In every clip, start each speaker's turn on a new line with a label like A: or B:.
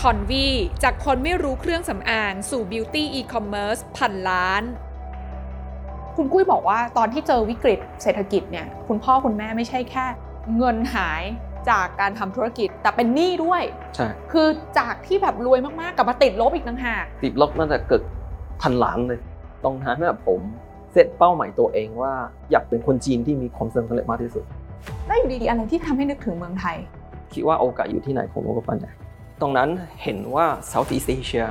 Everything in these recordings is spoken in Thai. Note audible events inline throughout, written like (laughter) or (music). A: คอนวีจากคนไม่รู้เครื่องสำอางสู่บิวตี้อีคอมเมิร์ซพันล้าน
B: คุณกุ้ยบอกว่าตอนที่เจอวิกฤตเศรษฐกิจเนี่ยคุณพ่อคุณแม่ไม่ใช่แค่ เงินหายจากการทำธุรกิจ แต่เป็นหนี้ด้วย
C: ใช่
B: คือจากที่แบบรวยมากๆกลับมาติดลบอีกต่างหาก
C: ติดลบตั้งแต่เกิดพันล้านเลยตรงนั้นเนี่ยผมเซ็ตเป้าหมายตัวเองว่าอยากเป็นคนจีนที่มีความสำเร็จมากที่สุด
B: แล้วอยู่ดีๆอะไรที่ทำให้นึกถึงเมืองไทย
C: คิดว่าโอกาสอยู่ที่ไหนของโลกปัจจุบันตรงนั้นเห็นว่า Southeast Asia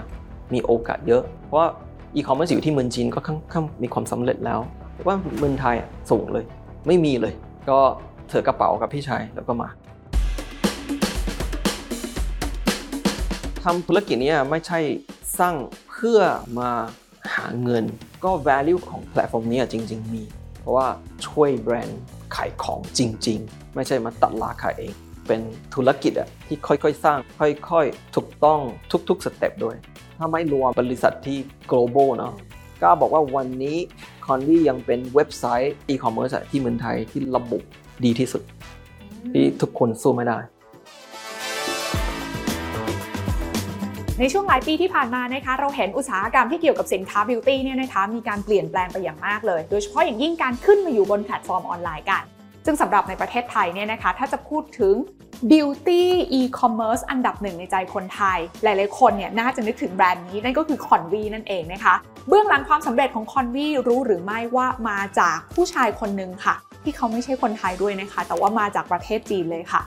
C: มีโอกาสเยอะ เพราะว่า e-commerce อยู่ที่เมืองจีนก็ค่อนข้างมีความสำเร็จแล้วแต่ว่าเมืองไทยอะสูงเลย ไม่มีเลย ก็เถือะกระเป๋ากับพี่ชายแล้วก็มาทำธุรกิจเนี้ไม่ใช่สร้างเพื่อมาหาเงิน ก็ value ของแพลตฟอร์มนี้อะจริง ๆ มี เพราะว่าช่วยแบรนด์ขายของจริง ๆ ไม่ใช่มาตัดราคาเอง เป็นธุรกิจอะที่ค่อยๆ สร้าง ค่อยๆ ถูกต้องทุกๆ สเต็ปด้วย ถ้าไม่รวมบริษัทที่ global เนาะกล้าบอกว่าวันนี้คอนวี่ยังเป็นเว็บไซต์ e-commerce อะที่เมืองไทยที่ระบุดีที่สุด ที่ทุกคนสู้ไม่ได้
B: ในช่วงหลายปีที่ผ่านมานะคะเราเห็นอุตสาหกรรมที่เกี่ยวกับสินค้าบิวตี้เนี่ยนะคะมีการเปลี่ยนแปลงไปอย่างมากเลย โดยเฉพาะอย่างยิ่งการขึ้นมาอยู่บนแพลตฟอร์มออนไลน์กัน ซึ่งสำหรับในประเทศไทยเนี่ยนะคะถ้าจะพูดถึง Beauty e-commerce อันดับหนึ่งในใจคนไทย หลายๆคนเนี่ยน่าจะนึกถึงแบรนด์นี้นั่นก็คือคอนวีนั่นเองนะคะ เบื้องหลังความสำเร็จของคอนวีรู้หรือไม่ว่ามาจากผู้ชายคนหนึ่งค่ะ ที่เขาไม่ใช่คนไทยด้วยนะคะ แต่ว่ามาจากประเทศจีนเลยค่ะ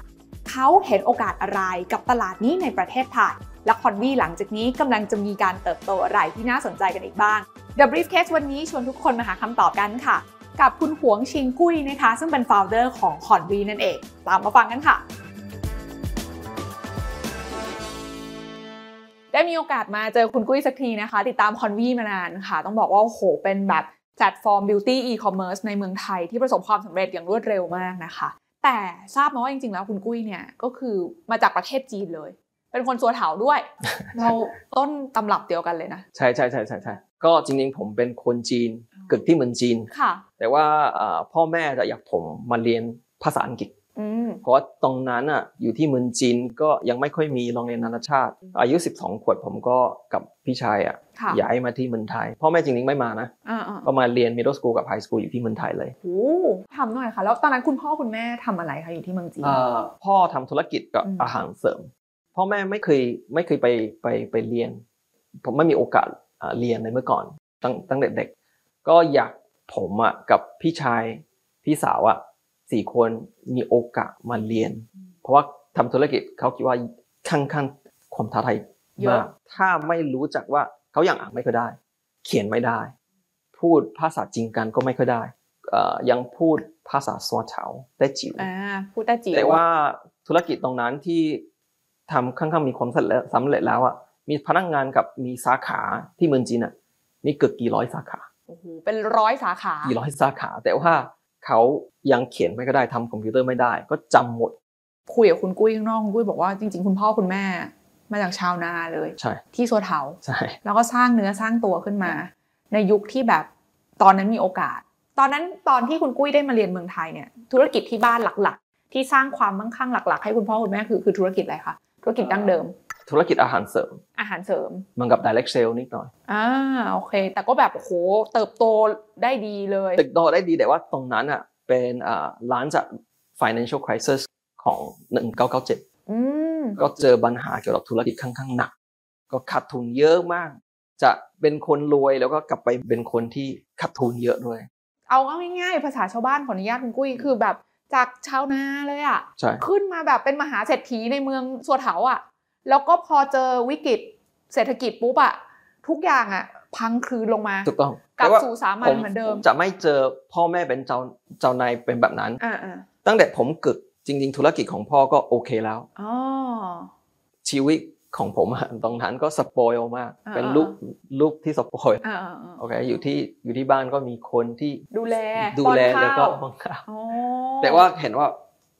B: เขาเห็นโอกาสอะไรกับตลาดนี้ในประเทศไทย และคอนวีหลังจากนี้กำลังจะมีการเติบโตอะไรที่น่าสนใจกันอีกบ้าง The Briefcase วันนี้ชวนทุกคนมาหาคำตอบกันค่ะ กับคุณหวงชิงกุ้ยนะคะ ซึ่งเป็น f o u เดอร์ของคอนวีนั่นเอง ตามมาฟังกันค่ะ ได้มีโอกาสมาเจอคุณกุ้ยสักทีนะคะ ติดตามคอนวีมานานค่ะ ต้องบอกว่าโอ้โหเป็นแบบแพลตฟอร์ม Beauty E-commerce ในเมืองไทยที่ประสบความสำเร็จอย่างรวดเร็วมากนะคะ แต่ทราบมาว่าจริงๆแล้วคุณกุ้ยเนี่ยก็คือมาจากประเทศจีนเลย เป็นคนสัวเถาด้วย เราต้นตำรับเดียวกันเลยนะ
C: ใช่ใช่ใช่ใช่ใช่ก็จริงๆ ผมเป็นคนจีนเกิดที่เมืองจีน
B: ค่ะ
C: แต่ว่าอ่าพ่อแม่จะอยากผมมาเรียนภาษาอังกฤษ
B: อืม
C: เพราะตรงนั้นอ่ะอยู่ที่เมืองจีนก็ยังไม่ค่อยมีโรงเรียนนานาชาติ อายุ 12 ขวบผมก็กับพี่ชายอ่ะ
B: ค่ะ
C: ย้ายมาที่เมืองไทยพ่อแม่จริงๆไม่มานะ
B: อ่าอ่า
C: ก็มาเรียน middle school กับ high school อยู่ที่เมืองไทยเลย
B: โอ้ทำหน่อยค่ะ แล้วตอนนั้นคุณพ่อคุณแม่ทำอะไรคะอยู่ที่เมืองจีน
C: เอ่อพ่อทำธุรกิจกับ
B: อืม
C: อาหารเสริม พ่อแม่ไม่เคยไม่เคยไปไปไปเรียน ผมไม่มีโอกาสอ่าเรียนเลยเมื่อก่อนตั้งตั้งแต่เด็ก ก็อยากผมอ่ะกับพี่ชายพี่สาวอ่ะสี่คนมีโอกาสมาเรียน เพราะว่าทำธุรกิจเขาคิดว่าข้างข้างความท้าทาย
B: เย
C: มา
B: อะ
C: ก ถ้าไม่รู้จักว่าเขาอย่างอ่านไม่ค่อยได้ เขียนไม่ได้ พูดภาษาจริงกันก็ไม่ค่อยได้เอ่อยังพูดภาษาสวเฉาได้จิ๋ว
B: อ่าพูดได้จีน
C: แต่ว่าธุรกิจตรงนั้นที่ทำค่อนข้างมีความสำเร็จสำเร็จแล้วอ่ะมีพนักงานกับมีสาขาที่เมืองจีนอ่ะนี่เกือบกี่ร้อยสาขา
B: โอ้โหเป็นร้อยสาขา
C: กี่ร้อยสาขา แต่ว่าเขายังเขียนไม่ก็ได้ทำคอมพิวเตอร์ไม่ได้ ก็จำหมด
B: คุยกับคุณกุ้ยข้างนอกคุณกุ้ยบอกว่าจริงๆ คุณพ่อคุณแม่ มาจากชาวนาเลย
C: ใช่
B: ที่สัวเถา
C: ใช่
B: แล้วก็สร้างเนื้อสร้างตัวขึ้นมา ในยุคที่แบบตอนนั้นมีโอกาส ตอนนั้นตอนที่คุณกุ้ยได้มาเรียนเมืองไทยเนี่ยธุรกิจที่บ้านหลักๆ ที่สร้างความมั่งคั่งหลัก ๆ ให้คุณพ่อคุณแม่คือคือธุรกิจอะไรคะธุรกิจดั้งเดิม
C: ธุรกิจอาหารเสริม
B: อาหารเสริม
C: มันกับ direct sale นิดหน่อย
B: อ่าโอเค แต่ก็แบบโอ้โหเติบโตได้ดีเลย
C: ตึกโตได้ดีแต่ว่าตรงนั้นอ่ะเป็นอ่าร้านจาก financial crisis ของ 1997
B: อืม
C: ก็เจอปัญหาเกี่ยวกับธุรกิจค่อนข้างหนัก ก็ขาดทุนเยอะมาก จะเป็นคนรวยแล้วก็กลับไปเป็นคนที่ขาดทุนเยอะด้วย
B: เอาง่ายๆภาษาชาวบ้านขออนุญาตคุณกุ้ยคือแบบจากชาวนาเลยอะ
C: ใช่
B: ขึ้นมาแบบเป็นมหาเศรษฐีในเมืองสัวเถาอะ่ะ แล้วก็พอเจอวิกฤตเศรษฐกิจปุ๊บอะ่ะ ทุกอย่างอะ่ะ พังคลืนลงมา
C: ถูกต้อง
B: กลับ
C: แต่ว่า
B: สู่สามัญเหมือนเดิม
C: ผจะไม่เจอพ่อแม่เป็นเจ้าเจ้านายเป็นแบบนั้น
B: อ่าอ่า
C: ตั้งแต่ผมเกิดจริง ๆ ธุรกิจของพ่อก็โอเคแล้ว
B: อ๋อ
C: ชีวิตของผมอะตรงนั้นก็สปอยมาก เป็นลูกลูกที่สปอย
B: อ่าอ่าอ่า
C: โอเคอยู่ที่อยู่ที่บ้านก็มีคนที่
B: ดูแล
C: ดูแล
B: ป้อนข้าว
C: แล้วก็ป้อนข้าว
B: อ๋อ
C: แต่ว่าเห็นว่า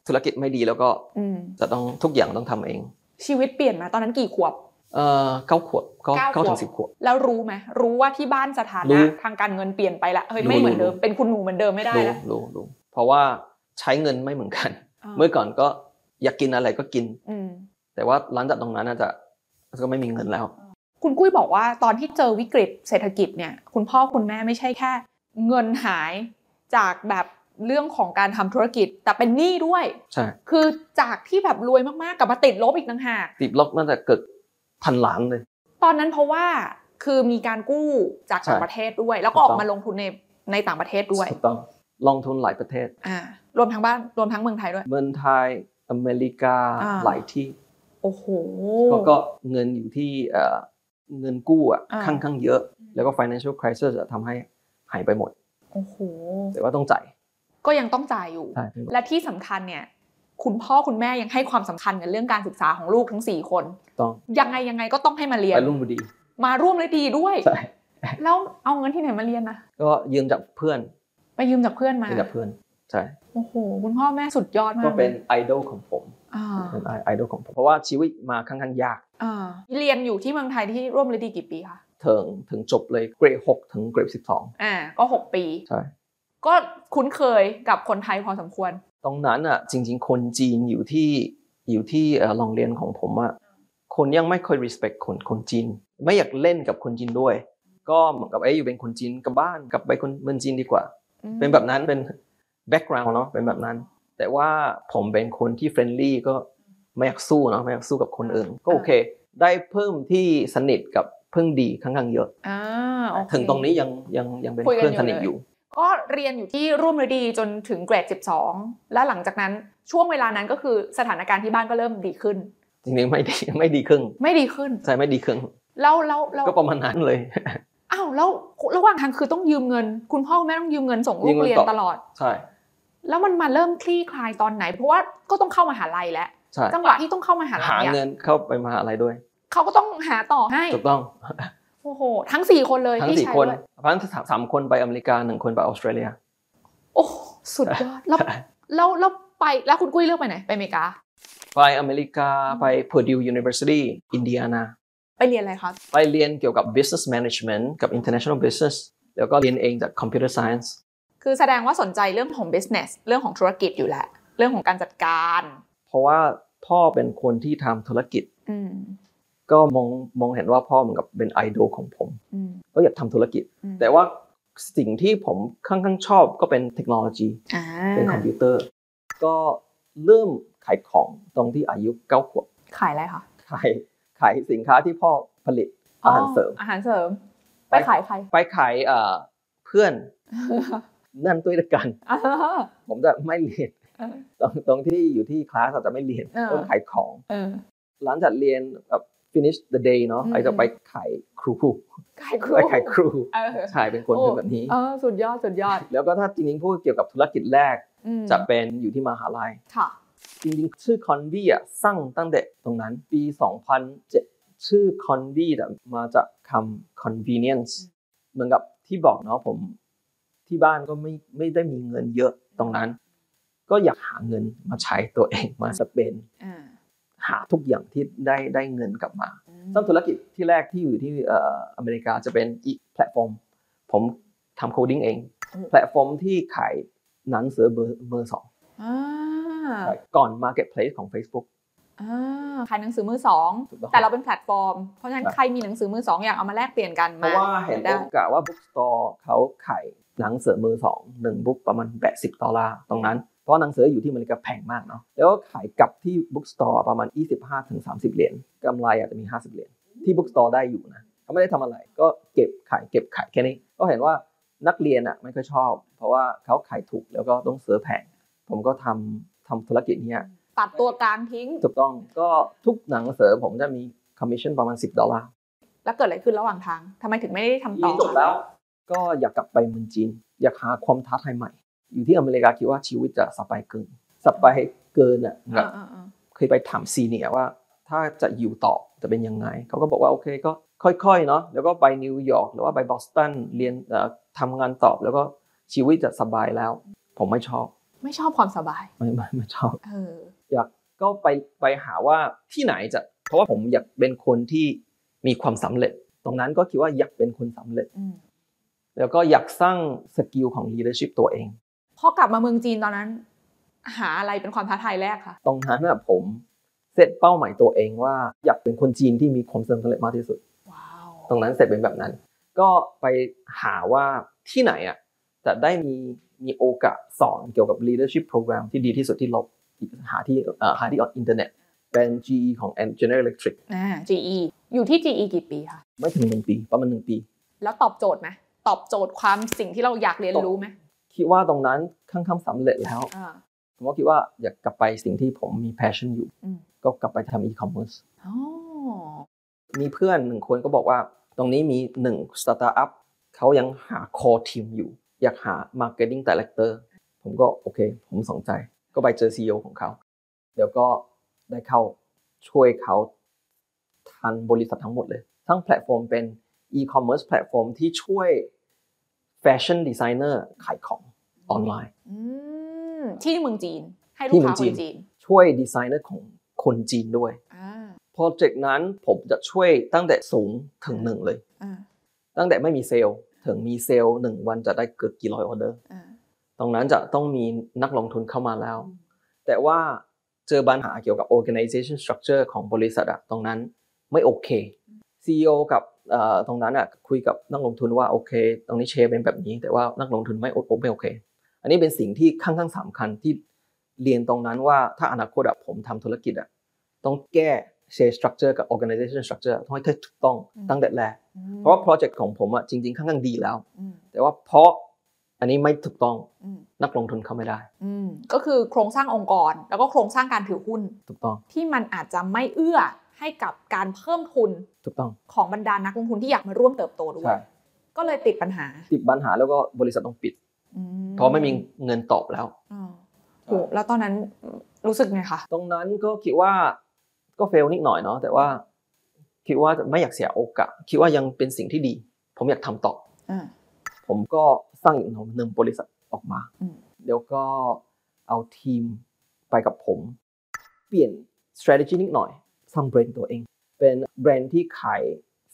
C: ธุรกิจไม่ดีแล้วก็
B: อืม
C: จะต้องทุกอย่างต้องทำเอง
B: ชีวิตเปลี่ยนมาตอนนั้นกี่ขวบ
C: เอ่อเก้าขวบก็
B: เก้าขวบ
C: เก้าถึงสิบขวบ
B: แล้วรู้ไหมรู้ว่าที่บ้านสถา
C: รู้
B: นะทางการเงินเปลี่ยนไปละเฮ้ย
C: รู้
B: ไม่เหมือนเดิม
C: รู้
B: เป็นคุณหนูเหมือนเดิมไม่ได้
C: รู้
B: ละ
C: รู้รู้เพราะว่าใช้เงินไม่เหมือนกัน
B: า
C: เมื่อก่อนก็อยากกินอะไรก็กิน
B: อืม
C: แต่ว่าร้านจากตรงนั้นอาจจะ ก็ไม่มีเงินแล้ว
B: คุณกุ้ยบอกว่าตอนที่เจอวิกฤตเศรษฐกิจเนี่ยคุณพ่อคุณแม่ไม่ใช่แค่ เงินหายจากแบบเรื่องของการทำธุรกิจ แต่เป็นหนี้ด้วย
C: ใช่
B: คือจากที่แบบรวยมากๆกลับมาติดลบอีกต่างหาก
C: ติดล็อกน่าจะเกิดพันล้านเลย
B: ตอนนั้นเพราะว่าคือมีการกู้จากต่าง
C: ใช่
B: ประเทศด้วย แล้วก็ออก
C: ถูกต้อง
B: มาลงทุนในในต่างประเทศด้วย
C: ถูกต้องลงทุนหลายประเทศ
B: อ่ารวมทั้งบ้านรวมทั้งเมืองไทยด้วย
C: เมืองไทยอเมริกา
B: อ่า
C: หลายที่
B: โอ้โห
C: ก็ก็เงินอยู่ที่เอ่อเงินกู้อ่ะ
B: อ่า
C: ค่อนข้างเยอะ แล้วก็ financial crisis อะทำให้หายไปหมด
B: โอ้โห
C: แต่ว่าต้องจ่าย
B: ก็ยังต้องจ่ายอยู่
C: ใช่ต้องจ่าย
B: และที่สำคัญเนี่ย คุณพ่อคุณแม่ยังให้ความสำคัญกับเรื่องการศึกษาของลูกทั้ง 4 คน
C: ต้อง
B: ยังไงยังไงก็ต้องให้มาเรียน
C: ไปรุ่นบุรี
B: มาร่วมเลยดีด้วย
C: ใช่
B: แล้วเอาเงินที่ไหนมาเรียนนะ
C: ก็ยืมจากเพื่อน
B: ไปยืมจากเพื่อนมา
C: ยืมจากเพื่อนใช่
B: โอ้โหคุณพ่อแม่สุดยอดมาก
C: ก็เป็นไอดอลของผม
B: อ่า
C: เป็นไอดอลของผมเพราะว่าชีวิตมาค่อนข้างยาก
B: อ่าเรียนอยู่ที่เมืองไทยที่ร่วมเลยดีกี่ปีคะ
C: ถึงถึงจบเลยเกรดหกถึงเกรดสิบสอง
B: อ่าก็ 6 ปี
C: ใช่
B: ก็คุ้นเคยกับคนไทยพอสมควร
C: ตรงนั้นอ่ะจริง ๆ คนจีนอยู่ที่อยู่ที่เอ่อโรงเรียนของผมอ่ะคนยังไม่เคย respect คนคนจีน ไม่อยากเล่นกับคนจีนด้วย ก็เหมือนกับไอ้ยอยู่เป็นคนจีนกลับบ้านกลับไปคนเมืองจีนดีกว่า เป็นแบบนั้นเป็น background เนาะเป็นแบบนั้น แต่ว่าผมเป็นคนที่ friendly ก็ไม่อยากสู้เนาะไม่อยากสู้กับคนอื่น ก็โอเค ได้เพิ่มที่สนิทกับเพิ่งดีค่อนข้างเยอะ
B: อ่าโอเค
C: ถึงตรงนี้ยังยังยังเป็น
B: คุยกัน
C: เพื่อนสนิท
B: อยู่เลย
C: อยู่
B: ก็เรียนอยู่ที่ร่วมฤดีจนถึงเกรด 12 และหลังจากนั้นช่วงเวลานั้นก็คือสถานการณ์ที่บ้านก็เริ่มดีขึ้น
C: จริงๆไม่ดี (laughs) ไม่ดีครึ่ง
B: ไม่ดีขึ้น
C: ใช่ไม่ดีครึ่ง
B: แล้วแล้วแล้ว
C: ก็ประมาณนั้นเลย (laughs)
B: อ้าวแล้วระหว่างทางคือต้องยืมเงิน คุณพ่อคุณแม่ต้องยืมเงินส่งลู
C: ยื
B: ก
C: มเงิน
B: เรียน
C: ต่อ
B: ตลอด
C: ใช่
B: แล้วมันมาเริ่มคลี่คลายตอนไหน เพราะว่าก็ต้องเข้ามาหาลัยแล้ว
C: ใช่
B: จังหวะที่ต้องเข้ามาหาลั
C: หาย
B: อะ
C: เงินเข้าไปมหาลัยด้วย
B: เขาก็ต้องหาต่อให้
C: ถูกต้อง
B: โอ้โหทั้งสี่คนเลย
C: ทั้ง
B: พี่
C: สี่
B: ชาย
C: คน
B: ด้วย
C: ทั้งสามสามคนไปอเมริกาหนึ่งคนไปออสเตรเลีย
B: โอ้สุดยอดแล้ว
C: ใช่
B: แล้วแล้วไปแล้วคุณกุ้ยเลือกไปไหนไปอเมริกา
C: ไปอเมริกาไป Purdue University อินเดียนา
B: ไปเรียนอะไรครับ
C: ไปเรียนเกี่ยวกับ business management กับ international business แล้วก็เรียนเองจาก computer science
B: คือแสดงว่าสนใจเรื่องของ business เรื่องของธุรกิจอยู่แหละเรื่องของการจัดการ
C: เพราะว่าพ่อเป็นคนที่ทำธุรกิจ
B: อืม
C: ก็มองมองเห็นว่าพ่อเหมือนกับเป็นไอดอลของผม
B: อืม
C: ก็อยากทำธุรกิจ
B: อืม
C: แต่ว่าสิ่งที่ผมค่อนข้างชอบก็เป็นเทคโนโลยี
B: อ่า
C: เป็นคอมพิวเตอร์ ก็เริ่มขายของตรงที่อายุเก้าขวบ
B: ขายอะไรคะ
C: ขายขายสินค้าที่พ่อผลิตอาหารเสริม
B: อาหารเสริม ไป
C: ไป
B: ข (laughs) ายใคร
C: ไปขายเอ่อเพื่อนนั่นด้วยกัน
B: อ่า
C: ผมจะไม่เรียน
B: เออ
C: ตรงตรงที่อยู่ที่คลาสอาจจะไม่เรียน
B: เออ
C: ต้องขายของ
B: เออ
C: หลังจากเรียนแบบ finish the day เนาะ
B: อืม
C: ไอจะไปขายครู
B: ขายครู
C: ไปขายครู
B: เออ
C: ใช่เป็นคนเป็นแบบนี้
B: เออสุดยอดสุดยอด
C: แล้วก็ถ้าจริงๆพูดเกี่ยวกับธุรกิจแรก
B: อืม
C: จะเป็นอยู่ที่มหาลัย
B: ค่ะ
C: จริงๆ ชื่อคอนวีอ่ะสร้างตั้งแต่ตรงนั้นปี 2007 ชื่อคอนวีแต่มาจากคำ convenience เหมือนกับที่บอกเนาะผม ที่บ้านก็ไม่ไม่ได้มีเงินเยอะตรงนั้น ก็อยากหาเงินมาใช้ตัวเองมาสเปน
B: อ่า
C: หาทุกอย่างที่ได้ได้เงินกลับมา
B: อืม
C: สร้างธุรกิจที่แรกที่อยู่ที่เอ่ออเมริกาจะเป็นอีแพลตฟอร์ม ผมทำโคดิ้งเอง แพลตฟอร์มที่ขายหนังสือเบอร์เบอร์สอง
B: อ่า
C: ก่อน Marketplace ของ Facebook
B: อ่าขายหนังสือมือสอง
C: ถูกต้อง
B: แต่เราเป็นแพลตฟอร์ม เพราะฉะนั้น
C: ครับ
B: ใครมีหนังสือมือสองอยากเอามาแลกเปลี่ยนกัน
C: เพ
B: มา
C: ราะว่าเห็น
B: ได้
C: โอกาสว่าบุ๊กสตอร์เขาขายหนังสือมือสองหนึ่งบุ๊กประมาณ 80ดอลลาร์ตรงนั้น เพราะหนังสืออยู่ที่อเมริกาแพงมากเนาะแล้วก็ขายกลับที่บุ๊กสตอร์ประมาณ 25-30 เหรียญกำไรอาจจะมี 50 เหรียญที่บุ๊กสตอร์ได้อยู่นะเขาไม่ได้ทำอะไรก็เก็บขายเก็บขายแค่นี้ ก็เห็นว่านักเรียนอ่ะไม่ค่อยชอบ เพราะว่าเขาขายถูกแล้วก็ต้องซื้อแพงผมก็ทำทำธุรกิจเนี้ย
B: ตัดตัวกลางทิ้ง
C: ถูกต้องก็ทุกหนังสือผมจะมีคอมมิชชั่นประมาณ 10ดอลลาร์
B: แล้วเกิดอะไรขึ้นระหว่างทางทำไมถึงไม่ได้ทำต่อ
C: จบแล้ว ก็อยากกลับไปเมืองจีน อยากหาความท้าทายใหม่ อยู่ที่อเมริกาคิดว่าชีวิตจะสบายเกินสบายเกินอ่ะ
B: อ่าอ่าอ่า
C: เคยไปถามซีเนียร์ว่า ถ้าจะอยู่ต่อจะเป็นยังไง เขาก็บอกว่าโอเคก็ค่อยๆเนาะแล้วก็ไปนิวยอร์กหรือว่าไปบอสตันเรียนเอ่อทำงานตอบแล้วก็ชีวิตจะสบายแล้ว ผมไม่ชอบ (laughs)
B: ไม่ชอบความสบาย
C: ไม่ไม่ไม่ชอบ
B: เออ
C: ก็ไปไปหาว่าที่ไหนจะ เพราะว่าผมอยากเป็นคนที่มีความสำเร็จ ตรงนั้นก็คิดว่าอยากเป็นคนสำเร็จ
B: อืม
C: แล้วก็อยากสร้างสกิลของ leadership ตัวเอง
B: พอกลับมาเมืองจีนตอนนั้น หาอะไรเป็นความท้าทายแรกคะ
C: ตรงนั้นน่ะผม เซตเป้าหมายตัวเองว่าอยากเป็นคนจีนที่มีความสำเร็จมากที่สุด
B: ว้าว
C: ตรงนั้นเสร็จเป็นแบบนั้น ก็ไปหาว่าที่ไหนอ่ะจะได้มีมีโอกาสสอนเกี่ยวกับ leadership program ที่ดีที่สุดที่เราหาที่เอ่อหาที่อินเทอร์เน็ตเป็น GE ของ General Electric
B: GE อยู่ที่ GE กี่ปีคะ
C: ไม่ถึงหนึ่งปีประมาณหนึ่งปี
B: แล้วตอบโจทย์ไหมตอบโจทย์ความสิ่งที่เราอยากเรียนรู้ไหม
C: คิดว่าตรงนั้นค่อนข้างสำเร็จแล้ว
B: อ่า
C: ผมก็คิดว่าอยากกลับไปสิ่งที่ผมมี passion อยู่
B: อืม
C: ก็กลับไปทำ e-commerce
B: อ๋อ
C: มีเพื่อนหนึ่งคนก็บอกว่า ตรงนี้มีหนึ่งสตาร์ทอัพเขายังหา core team อยู่ อยากหา marketing director ผมก็โอเค ผมสนใจ ก็ไปเจอ CEO ของเขา เดี๋ยวก็ได้เข้าช่วยเขาทันบริษัททั้งหมดเลย ทั้งแพลตฟอร์มเป็น e-commerce แพลตฟอร์มที่ช่วยแฟชั่นดีไซเนอร์ขายของออนไลน์
B: อืมที่เมืองจีน ให้ลูกค้าค
C: ที่เมื
B: น
C: องจีน
B: จีน
C: ช่วยดีไซเนอร์ของคนจีนด้วย
B: อ่า
C: โปรเจกต์นั้นผมจะช่วยตั้งแต่ศูนย์ถึงหนึ่งเลย
B: อ่า
C: ตั้งแต่ไม่มีเซลล์ถึงมีเซลล์หนึ่งวันจะได้เกือบกี่ร้อยออเดอร์
B: อ่า
C: ตรงนั้นจะต้องมีนักลงทุนเข้ามาแล้ว แต่ว่าเจอปัญหาเกี่ยวกับ organization structure ของบริษัทอะตรงนั้นไม่โอเค CEO กับเอ่อตรงนั้นอะคุยกับนักลงทุนว่าโอเค ตรงนี้เชร์เป็นแบบนี้ แต่ว่านักลงทุนไม่โอไม่โอเค อันนี้เป็นสิ่งที่ค่อนข้างสำคัญที่เรียนตรงนั้นว่าถ้าอนาคตอะผมทำธุรกิจอะต้องแก้ share structure กับ organization structure ต้องให้ถูกต้องตั้งแต่แรก
B: อืม
C: เพราะว่าโปรเจกต์ของผมอะจริงๆค่อนข้างดีแล้ว
B: อืม
C: แต่ว่าเพราะอันนี้ไม่ถูกต้อง
B: อืม
C: นักลงทุนเข้าไม่ได้
B: อืมก็คือโครงสร้างองค์กร แล้วก็โครงสร้างการถือหุ้น
C: ถูกต้อง
B: ที่มันอาจจะไม่เอื้อให้กับการเพิ่มทุน
C: ถูกต้อง
B: ของบรรดานักลงทุนที่อยากมาร่วมเติบโตด้วย
C: ใช่
B: ก็เลยติดปัญหา
C: ติดปัญหาแล้วก็บริษัทต้องปิด
B: อื
C: เพราะไม่มีเงินตอบแล้ว
B: อ่าโหแล้วตอนนั้นรู้สึกไงคะ
C: ตรงนั้นก็คิดว่าก็เฟลนิดหน่อยเนาะแต่ว่า คิดว่าไม่อยากเสียโอกาสคิดว่ายังเป็นสิ่งที่ดี ผมอยากทำต่อ
B: อ่า
C: ผมก็สร้างอีกหนึ่งบริษัทออกมา
B: อืม
C: เดี๋ยวก็เอาทีมไปกับผม เปลี่ยน strategy นิดหน่อยสร้างแบรนด์ตัวเอง เป็นแบรนด์ที่ขาย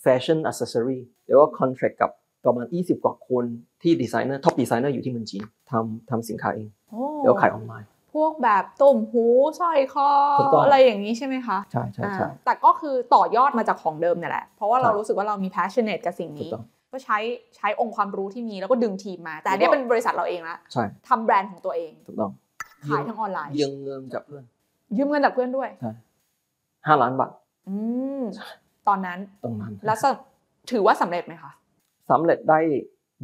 C: แฟชั่นอ c c e s s o r y เดี๋ยวก็ contract กับประมาณ 20 กว่าคนที่ดีไซเนอร์ท็อปดีไซเนอร์อยู่ที่เมืองจีนทำทำสินค้าเอง
B: โอ้
C: เดี๋ยวขายออนไลน์
B: พวกแบบตุ่มหูสร้อยคอ
C: ถูกต้อง
B: อะไรอย่างนี้ใช่ไหมคะ
C: ใช่ใช่ใช่
B: อ่าแต่ก็คือต่อยอดมาจากของเดิมเนี่ยแหละ เพราะว่าเรา
C: ใช่
B: รู้สึกว่าเรามี passionate กับสิ่ง
C: ถูก
B: นี้
C: ต้อง
B: ก็ใช้ใช้องค์ความรู้ที่มีแล้วก็ดึงทีมมา แต่อันเนี้ย
C: แล้วก็
B: เป็นบริษัทเราเองละ
C: ใช่
B: ทำแบรนด์ของตัวเอง
C: ถูกต้อง
B: ขายทั้งออนไลน์
C: ยืมเงินจากเพื่อน
B: ยืมเงินจากเพื่อนด้วย
C: ห้าล้านบาท
B: อืมตอนนั้น
C: ตรงนั้น
B: แล้วสำถือว่าสำเร็จไหมคะ
C: สำเร็จได้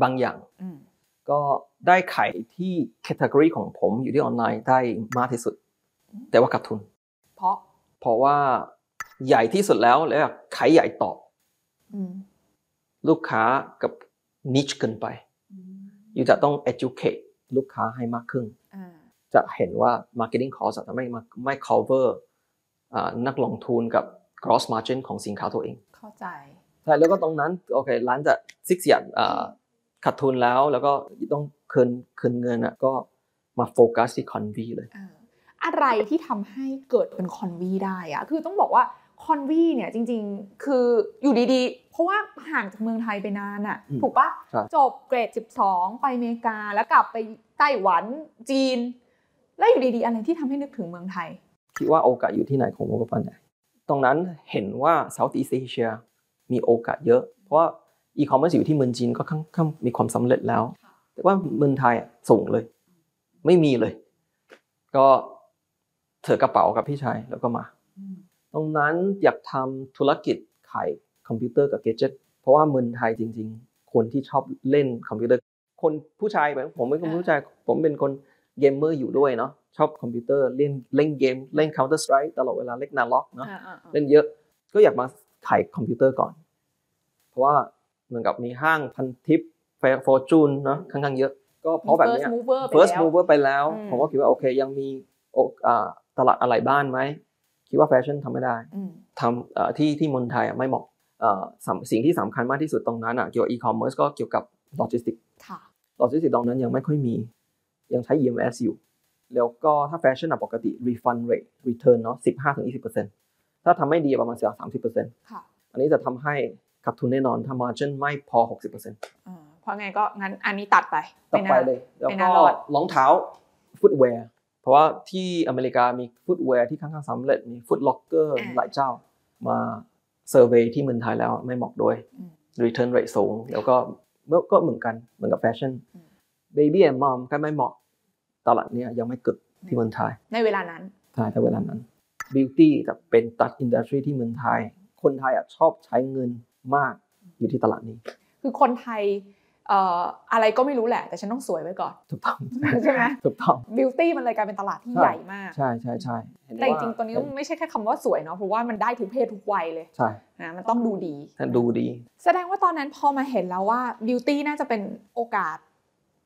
C: บางอย่าง
B: อืม
C: ก็ได้ขายที่แคตตากรีของผมอยู่ที่ออนไลน์ได้มากที่สุด แต่ว่าขาดทุน
B: เพราะ
C: เพราะว่าใหญ่ที่สุดแล้วแล้วขายใหญ่ต่อ
B: อืม
C: ลูกค้ากับนิชเกินไป อยู่จะต้อง educate ลูกค้าให้มากขึ้น
B: อ่า
C: จะเห็นว่า marketing cost อะไม่ไม่ cover อ่านักลงทุนกับ gross margin ของสินค้าตัวเอง
B: เข้าใจ
C: ใช่แล้วก็ตรงนั้นโอเคร้านจะซิกเสียนอ่าขาดทุนแล้วแล้วก็ต้องคืนคืนเงินอ่ะก็มาโฟกัสที่คอนวีเลย
B: เอ่ออะไรที่ทำให้เกิดเป็นคอนวีได้อะคือต้องบอกว่าคอนวีเนี่ยจริงๆ คืออยู่ดีๆ เพราะว่าห่างจากเมืองไทยไปนานอะ
C: อืม
B: ถูกปะ
C: ใช่
B: จบเกรด 12 ไปอเมริกาแล้วกลับไปไต้หวันจีน แล้วอยู่ดีๆ อะไรที่ทำให้นึกถึงเมืองไทย
C: คิดว่าโอกาสอยู่ที่ไหนของวงการไหนตรงนั้นเห็นว่า Southeast Asia มีโอกาสเยอะ เพราะว่า e-commerce อยู่ที่เมืองจีนก็ค่อนข้างมีความสำเร็จแล้ว แต่ว่าเมืองไทยอะสูงเลย ไม่มีเลย ก็เถอะกระเป๋ากับพี่ชายแล้วก็มา ตรงนั้นอยากทำธุรกิจขายคอมพิวเตอร์กับเกจ e t เพราะว่าเมืองไทยจริง ๆ คนที่ชอบเล่นคอมพิวเตอร์ คนผู้ชายแบบผมไม่คนผู้ชายผมเป็นคนเกมเมอร์อยู่ด้วยเนาะชอบคอมพิวเตอร์เล่นเล่นเกม เล่น Counter Strike ตลอดเวลาเล่นนาล็อกเนาะเล่นเยอะก็อยากมาขายคอมพิวเตอร์ก่อน เพราะว่าเหมือนกับมีห้างพันทิปแฟร์ฟอร์จูนเนาะค่อนข้างเยอะ ก็เพราะแบบเนี้ย
B: first mover ไปแล้ว
C: first mover ไปแล้ว
B: อืม
C: ผมก็คิดว่าโอเคยังมีโอกอ่าตลาดอะไรบ้านไหมคิดว่าแฟชั่นทำไม่ได้
B: อืม
C: ทำเอ่อที่ที่เมืองไทยอ่ะไม่เหมาะเอ่อสำสิ่งที่สำคัญมากที่สุดตรงนั้นอ่ะเกี่ยวกับอีคอมเมิร์ซก็เกี่ยวกับโลจิสติก
B: ค่ะ
C: โลจิสติกตรงนั้นยังไม่ค่อยมี ยังใช้ EMS อยู่ แล้วก็ถ้าแฟชั่นอ่ะปกติ refund rate return เนาะ15-20%ถ้าทำไม่ดีประมาณเสีย30%
B: ค่ะ
C: อันนี้จะทำให้ขาดทุนแน่นอนถ้า margin ไม่พอ 60%
B: อ่าเพราะไงก็งั้นอันนี้ตัดไป
C: ต่อ
B: ม่
C: ไป
B: น่า
C: เลย แล้ว
B: ไม่
C: ก็
B: น่ารอด
C: รองเท้า footwear เพราะว่าที่อเมริกามีฟุตแวร์ที่ค่อนข้างสำเร็จมีฟุตล็อกเกอร์
A: อ่า
C: หลายเจ้ามาเซอร์เวยที่เมืองไทยแล้วไม่เหมาะด้วย
B: อืม
C: Return Rate สูง แล้วก็เมื่อก็เหมือนกันเหมือนกับแฟชั่น
B: อืม
C: Baby and Mom ก็ไม่เหมาะตลาดเนี้ยยังไม่เกิดที่เมืองไทย
B: ในเวลานั้น
C: ใช่แต่เวลานั้น beauty แต่เป็นตัดอินดัสทรีที่เมืองไทย คนไทยอะชอบใช้เงินมากอยู่ที่ตลาดนี้
B: คือคนไทยเอ่ออะไรก็ไม่รู้แหละ แต่ฉันต้องสวยไว้ก่อน (laughs)
C: ถูกต้อง (laughs)
B: ใช่ไหม
C: ถูกต้อง
B: บิวตี้มันเลยกลายเป็นตลาดที่
C: ใช่
B: ใหญ่มาก
C: ใช่ใช่ใช่เห็ว่า
B: แต่จริงๆตัวนี้ไม่ใช่แค่คำว่าสวยเนาะเพราะว่ามันได้ทุกเพศทุกวัยเลย
C: ใช่
B: นะมันต้องดูดี
C: แต่ดูดี
B: แสดงว่าตอนนั้นพอมาเห็นแล้วว่าบิวตี้น่าจะเป็นโอกาส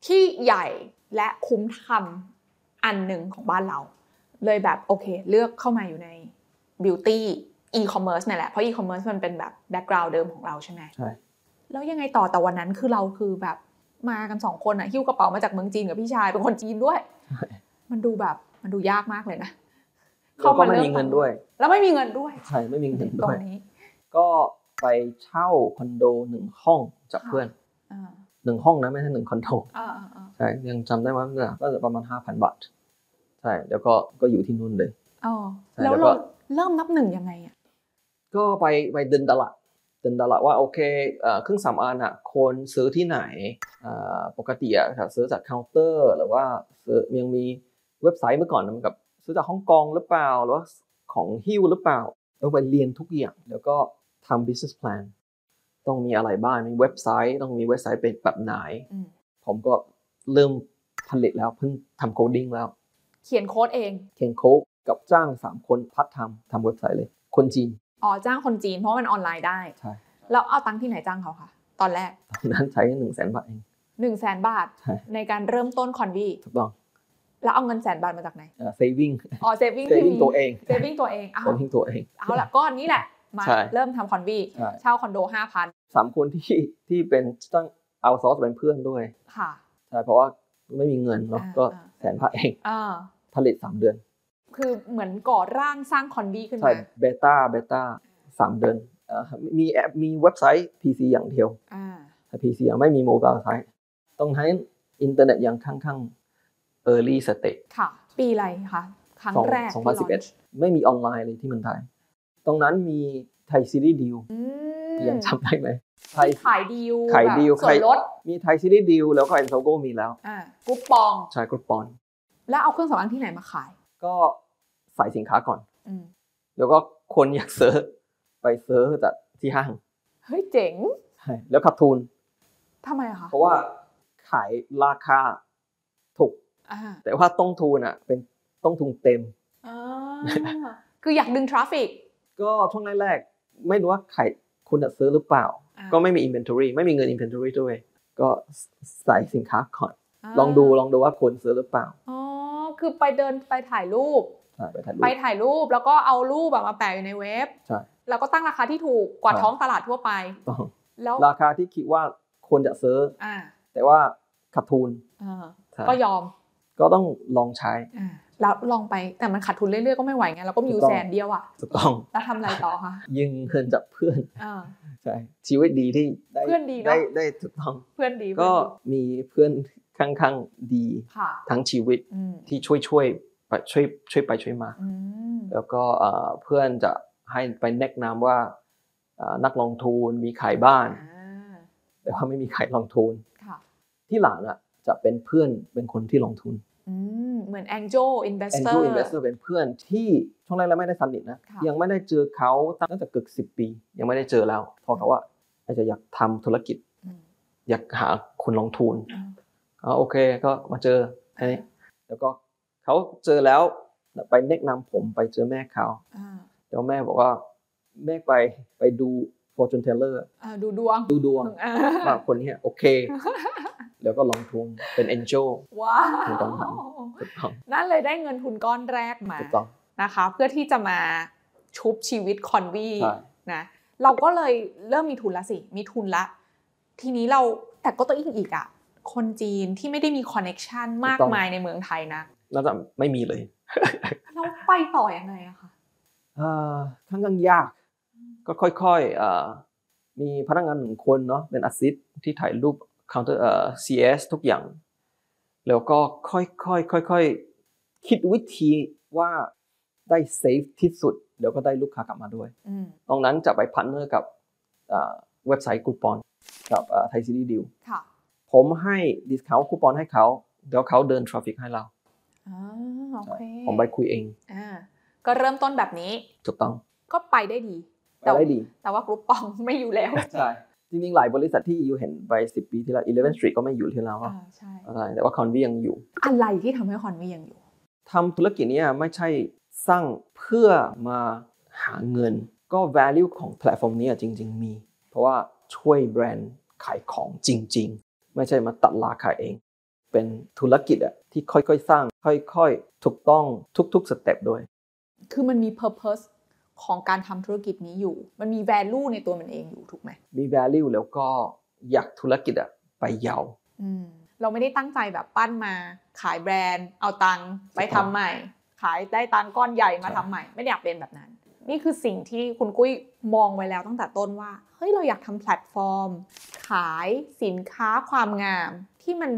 B: ที่ใหญ่และคุ้มทำอันหนึ่งของบ้านเรา เลยแบบโอเคเลือกเข้ามาอยู่ในบิวตี้อีคอมเมิร์ซนี่นแหละ เพราะอีคอมเมิร์ซมันเป็นแบบแบ็กกราวด์เดิมของเราใช่ไหม
C: ใช่
B: แล้วยังไงต่อแต่วันนั้นคือเราคือแบบมากันสองคนอะหิ้วกระเป๋ามาจากเมืองจีนกับพี่ชายเป็นคนจีนด้วย มันดูแบบมันดูยากมากเลยนะ
C: แล้วก็ไม่มีเงินด้วย
B: แล้วไม่มีเงินด้วย
C: ใช่ไม่มีเงิน
B: ตร
C: ด้ว
B: ง
C: ย
B: นี้
C: ก็ไปเช่าคอนโดหนึ่งห้องจากเพื่อน
B: อ่า
C: หนึ่งห้องนะไม่ใช่หนึ่งคอนโด
B: อ่าอ่าอ่า
C: ใช่ยังจำได้ว่าก็จะประมาณ 5,000 บาท ใช่แล้วก็ก็อยู่ที่นู่นเลย
B: อ๋อ
C: ใช่
B: แล้ว
C: แล้วก็
B: เราเริ่มนับหนึ่งยังไงอะ
C: ก็ไปไปเดินตลาดเดินตลาดว่าโอเคเอ่อเครื่องสำอางอ่ะคนซื้อที่ไหนอ่าปกติอ่ะค่ะซื้อจากเคาน์เตอร์ หรือว่าซื้อยังมีเว็บไซต์เมื่อก่อนนะมันกับซื้อจากฮ่องกงหรือเปล่าหรือว่าของฮิ้วหรือเปล่าต้องไปเรียนทุกอย่างแล้วก็ทำ business plan ต้องมีอะไรบ้างมีเว็บไซต์ ต้องมีเว็บไซต์เป็นแบบไหน
B: อืม
C: ผมก็เริ่มผลิตแล้วเพิ่งทำโคดิ้งแล้ว
B: เขียนโค้ดเอง
C: เขียนโค้ดกับจ้าง 3 คนพัดทำทำเว็บไซต์เลย คนจีน
B: อ๋อจ้างคนจีนเพราะว่ามันออนไลน์ได้
C: ใช่
B: แล้วเอาตังค์ที่ไหนจ้างเขาคะตอนแรก
C: ตอนนั้นใช้หนึ่งแสนบาทเอง
B: 1นึ่งแสนบาท
C: ใช่
B: ในการเริ่มต้นคอนวี
C: ถูกต้อง
B: แล้วเอาเงินแสนบาทมาจากไหน
C: เอ่อ saving
B: อ๋อเซฟวิ่งที่
C: saving
B: มี
C: ตัวเอง
B: เซฟวิ่งตัวเองเอา
C: saving ตัวเอง
B: เอาละก้อนนี้แหละ มา
C: ใช่
B: เริ่มทำคอนวี
C: ใช่
B: เช่าคอนโด 5,000
C: สามคนที่ที่เป็นต้องเอาซอสเป็นเพื่อนด้วย
B: ค่ะ
C: ใช่เพราะว่าไม่มีเงินเนาะ
B: อ่า
C: ก็
B: อ่า
C: แสนพระเอง
B: เออ
C: ผลิต 3 เดือน
B: คือเหมือนก่อร่างสร้างคอนวีขึ้น
C: ใช่
B: มา
C: เบต้าเบต้าสามเดือนเอ่อมีแอปมีเว็บไซต์ PC อย่างเดียว
B: อ่า
C: แต่ PC ยังไม่มีโมบายไซต์ต้องใช้อินเทอร์เน็ตอย่างค่อนข้าง early stage
B: ค่ะ ปีอะไรคะครั้ง
C: สอง
B: แรก
C: สอง
B: ที่
C: พัน
B: ล
C: สิบเอ็ด
B: นช์
C: ไม่มีออนไลน์เลยที่เมืองไทยตรงนั้นมีไทยซีรีส์ดิว
B: อื
C: ยัง
B: ม
C: จำได้ไหมไทย
B: ขายดีล
C: ขายดีล
B: แบบส่วน
C: ใคร
B: ลด
C: มีไทยซีรีส์ดิวแล้วก็เอ็นโซโกมีแล้ว
B: อ่ากรุ๊ปปอง
C: ใช้กรุ๊ปปอน
B: แล้วเอาเครื่องสำอางที่ไหนมาขาย
C: ก็ใส่สินค้าก่อน
B: อืม
C: แล้วก็คนอยากเซิร์ชไปเซิร์ชจากที่ห้าง
B: เฮ้ยเจ๋ง
C: ใช่แล้วขาดทุน
B: ทำไมอะคะ
C: เพราะว่าขายราคาถูก
B: อ่า
C: แต่ว่าต้องทุนอ่ะเป็นต้องทุนเต็ม
B: อ่า คือ (laughs) อยากดึงทราฟิก
C: ก็ช่วงแรกๆ ไม่รู้ว่าขายคุณจะซื้อหรือเปล่า
B: อ่า
C: ก็ไม่มี inventory ไม่มีเงิน inventory ด้วย ก็ใส่สินค้าก่อน
B: า
C: ลองดูลองดูว่าคนซื้อหรือเปล่า
B: อ๋อ คือไปเดินไปถ่ายรูป
C: ใช่ไปถ่ายรู
B: ไป
C: ป
B: ถ่ายรูปแล้วก็เอารูปแบบมาแปะอยู่ในเว็บ
C: ใช่
B: แล้วก็ตั้งราคาที่ถูกกว่า
C: ใช่
B: ท้องตลาดทั่วไป
C: อ๋อ
B: แล้ว
C: ราคาที่คิดว่าคนจะซื้อ
B: อ่า
C: แต่ว่าขาดทุน
B: อ่า
C: ใช่
B: ก็ยอม
C: ก็ต้องลองใช้
B: อ่าแล้วลองไปแต่มันขาดทุนเรื่อยๆก็ไม่ไหวไงเราก็มีอยู่
C: ถูกต้อง
B: แสนเดียวอะ
C: ถูกต้อง
B: แล้วทำอะไรต่อคะ
C: ยืมเงินจากเพื่อน
B: อ่า
C: ใช่ชีวิตดีที่ได้
B: เพื่อนดีเนอะ
C: ได้ได้ถูกต้อง
B: เพื่อนดีเพื่อน
C: ก็
B: ดี
C: มีเพื่อนข้างข้างๆดี
B: ค่ะ
C: ทั้งชีวิต
B: อืม
C: ที่ช่วยช่วยไปช่วยช่วยไปช่วยมา
B: อืม
C: แล้วก็เอ่อเพื่อนจะให้ไปแนะนำว่าเอ่อนักลงทุนมีขายบ้าน
B: อ่า
C: แต่ว่าไม่มีขายลงทุน
B: ค่ะ
C: ที่หลังอ่ะจะเป็นเพื่อนเป็นคนที่ลงทุน
B: อืมเหมือน angel investor
C: Angel Investor เป็นเพื่อนที่ช่วงแรกเราไม่ได้สนิทนะ
B: ค่ะ
C: ยังไม่ได้เจอเขาตั้งแต่เกือบสิบปี ยังไม่ได้เจอแล้วเพอเขาว่าอาจจะอยากทำธุรกิจ
B: อืม
C: อยากหาคนลงทุน
B: อ่า
C: อ๋อโอเคก็มาเจอไอ้แล้วก็เขาเจอแล้วไปแนะนำผมไปเจอแม่เขา
B: อ่า
C: แล้วแม่บอกว่าแม่ไปไปดู fortune teller
B: อ่าดูดวง
C: ดูดวง
B: อ่า
C: ว่าคนเนี้ยโอเค แล้วก็ลงทุนเป็น angel
B: (laughs) ว้า
C: ถูกต้องครับ
B: ว
C: ถูกต้อง
B: นั่นเลยได้เงินทุนก้อนแรกมา
C: ถูกต้อง
B: นะคะ เพื่อที่จะมาชุบชีวิตคอนวี
C: ใช่
B: นะเราก็เลยเริ่มมีทุนละสิ มีทุนละ ทีนี้เราแต่ก็ต้องอิงอีกอะคนจีนที่ไม่ได้มีคอนเน็กชันมากมายในเมืองไทยนะ
C: แล้วจะไม่มีเลย
B: เราไปต่อยังไงอะคะ
C: เอ่อค่อนข้างยากก็ค่อยๆเอ่อมีพนักงานหนึ่งคนเนาะเป็นอาซิสที่ถ่ายรูป counter เอ่อ CS ทุกอย่าง แล้วก็ค่อยๆค่อยๆ คิดวิธีว่าได้เซฟที่สุด เดี๋ยวก็ได้ลูกค้ากลับมาด้วย
B: อืม
C: ตรงนั้นจะไปพันเนอร์กับเอ่อเว็บไซต์คูปองกับไทยซีรีดิว
B: ค่ะ
C: ผมให้ดิสคาวคูปองให้เขาเดี๋ยวเขาเดินทราฟิกให้เรา
B: อ่าโอเค
C: ผมไปคุยเอง
B: อ่าก็เริ่มต้นแบบนี้
C: ถูกต้อง
B: ก็ไปได้ดี
C: ไปได้ดี
B: แต่ว่ากรุ๊ปปอง (laughs) ไม่อยู่แล้ว
C: ใช่ จริงๆ หลายบริษัทที่อยู่เห็นไปสิปีที่แล้ว11 Street ก็ไม่อยู่ที่แล้ว
B: อ่าใช่
C: ใช่แต่ว่าคอนวียังอยู่
B: อะไรที่ทำให้คอนไม่ยังอยู่
C: ทำธุรกิจเนี้ไม่ใช่สร้างเพื่อมาหาเงิน ก็ value ของแพลตฟอร์มนี้จริง ๆ มี เพราะว่าช่วยแบรนด์ขายของจริง ๆ ไม่ใช่มาตัดราคาเอง เป็นธุรกิจอะที่ค่อยๆ สร้าง ค่อยๆ ถูกต้องทุกๆ สเต็ปด้วย
B: คือมันมี purpose ของการทำธุรกิจนี้อยู่ มันมี value ในตัวมันเองอยู่ถูกไหม
C: มี value แล้วก็อยากธุรกิจอะไปยาว
B: อืมเราไม่ได้ตั้งใจแบบปั้นมา ขายแบรนด์ เอาตังค์ไปทำใหม่ ขายได้ตังค์ก้อนใหญ่มา
C: ใช่
B: ทำใหม่ ไม่ได้อยากเป็นแบบนั้น นี่คือสิ่งที่คุณกุ้ยมองไว้แล้วตั้งแต่ต้นว่า เฮ้ยเราอยากทำแพลตฟอร์ม ขายสินค้าความงาม ที่มัน